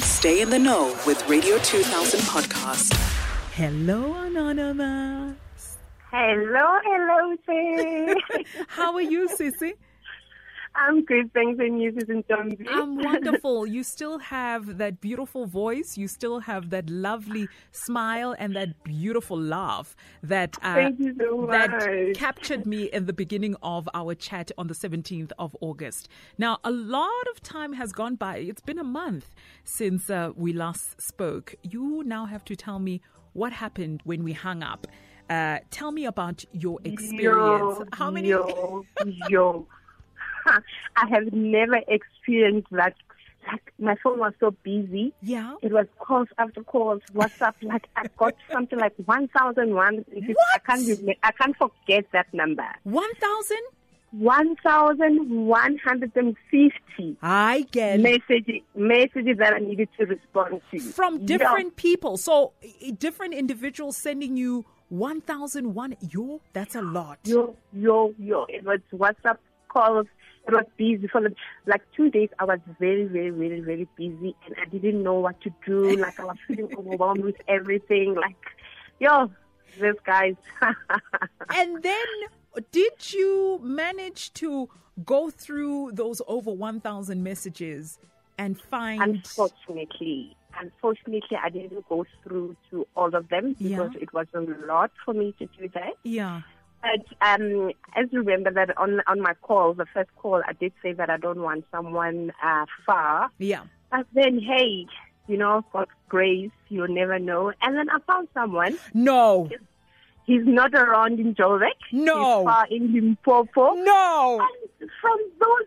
Stay in the know with Radio 2000 podcast. Hello, Anonymous. Hello, hello, sis. How are you, Sissy? I'm good, thanks, and you, Susan Zombie. I'm wonderful. You still have that beautiful voice. You still have that lovely smile and that beautiful laugh that uh, Thank you so that much. captured me in the beginning of our chat on the 17th of August. Now, a lot of time has gone by. It's been a month since uh, we last spoke. You now have to tell me what happened when we hung up. Uh, tell me about your experience. Yo, How many? Yo, yo. Ha, I have never experienced that. Like, my phone was so busy. Yeah. It was calls after calls, WhatsApp. Like, I got something like 1,100. I What? can't, remem- I can't forget that number. 1,000? 1,150 I get it. messages, messages that I needed to respond to. from Yo. different people. So i- different individuals sending you 1001 yo that's a lot. yo, yo, yo. It was WhatsApp calls. It was busy for the, like two days. I was very, very, very, very busy, and I didn't know what to do. Like I was feeling overwhelmed with everything. Like, yo, this guys. And then uh, did you manage to go through those over 1000 messages and find unfortunately, unfortunately, I didn't go through to all of them Yeah. because it was a lot for me to do that. yeah But um, as you remember that on on my call, the first call, I did say that I don't want someone uh, far. yeah But then, hey, you know, God's grace, you'll never know. And then I found someone. no He's not around in Jovek. No. Mm. He's far in Limpopo. no And from those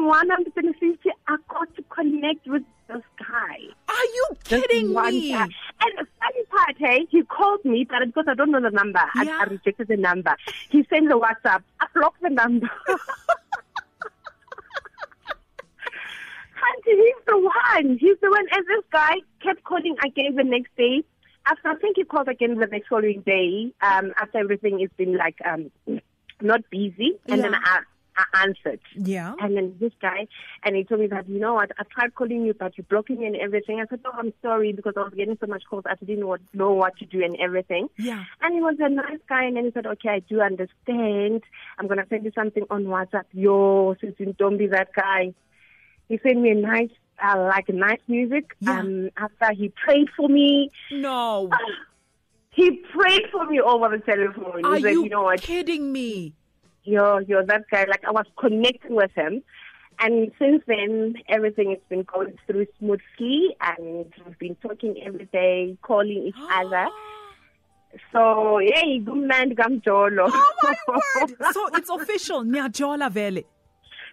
1,150, I got to connect with this guy. are you This kidding one me guy. And the funny part, hey, he called me, but because I don't know the number, I- Yeah. I, rejected the number. He sent the WhatsApp. I blocked the number. And he's the one. He's the one. And this guy kept calling again the next day. After I think he called again the next following day. Um, after everything has been like um, not busy, and then Yeah. I, I answered. yeah And then this guy, and he told me that, you know what, I tried calling you, but you blocked me and everything. I said, no, I'm sorry because I was getting so much calls. I didn't wa- know what to do and everything. yeah And he was a nice guy, and then he said, okay, I do understand. I'm going to send you something on WhatsApp. Yo, Susan, don't be that guy. He sent me a nice, uh, like nice music. Yeah. Um, after he prayed for me, no he prayed for me over the telephone. are he said, you you know what, kidding me yo, yo, that guy, like I was connecting with him. And since then, everything has been going through smoothly and we've been talking every day, calling each other. So, hey, good man, come Jolo. oh my word so it's official Nyajola Vele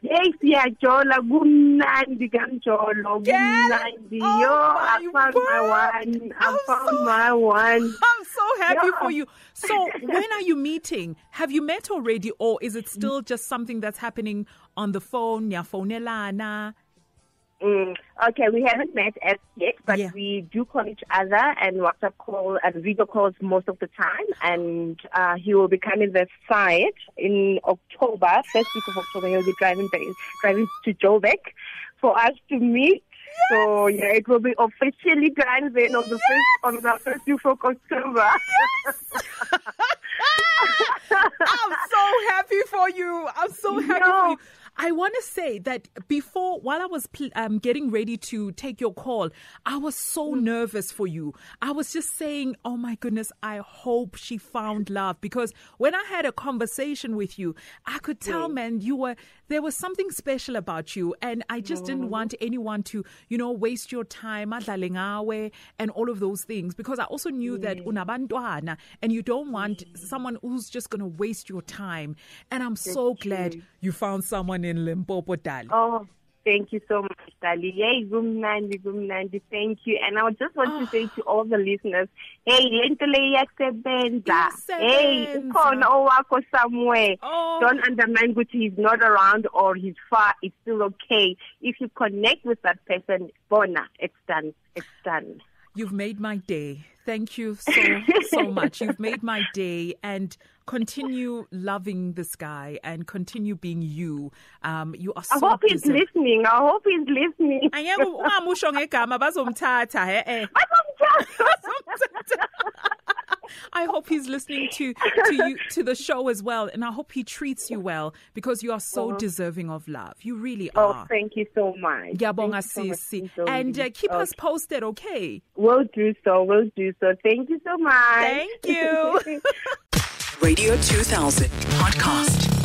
Yes, yeah, Jolo, good man, come Jolo. Good Girl, man, yo, oh I my found word. my one. I I'm found so- my one. I'm so happy Yeah. for you. So, when are you meeting? Have you met already, or is it still just something that's happening on the phone? Ya phonelana? Mm, okay, we haven't met as yet, but Yeah. we do call each other and WhatsApp call and video calls most of the time. And uh, he will be coming the site in October, first week of October. He'll be driving back, driving to Joburg for us to meet. So yeah, it will be officially grand then on the first on the first week of October. I'm so happy for you. I'm so happy for No. you. I want to say that before, while I was pl- um, getting ready to take your call, I was so Mm. nervous for you. I was just saying, oh my goodness, I hope she found love. Because when I had a conversation with you, I could tell, man, you were, there was something special about you. And I just Oh. didn't want anyone to, you know, waste your time, adlale ngawe, and all of those things. Because I also knew that unabantwana, and you don't want someone who's just going to waste your time. And I'm so glad you found someone in Limpopo, darling. Oh, thank you so much, Dali. Yay, Gumnandi, Gumnandi. Thank you. And I would just want Ah. to say to all the listeners, hey, lentele iyasebenza. Hey, Iyasebenza. ukhona owakho somewhere. Oh. Don't undermine ukuthi he's not around or he's far. It's still okay. If you connect with that person, bona, it's done. It's done. You've made my day. Thank you so, so much. You've made my day. And continue loving this guy and continue being you. Um, you are so. I hope he's deserving. listening. I hope he's listening. Angeke ungamusho ngegama bazomthatha he eh. Ah. Bazomthatha. I hope he's listening to to you to the show as well and I hope he treats you well because you are so deserving of love. You really Oh, are. thank you so much. Ngiyabonga Thank you so sisi. much, Sisonke. And uh, keep us Okay. posted, okay? We'll do so. We'll do so. Thank you so much. Thank you. Radio 2000 podcast.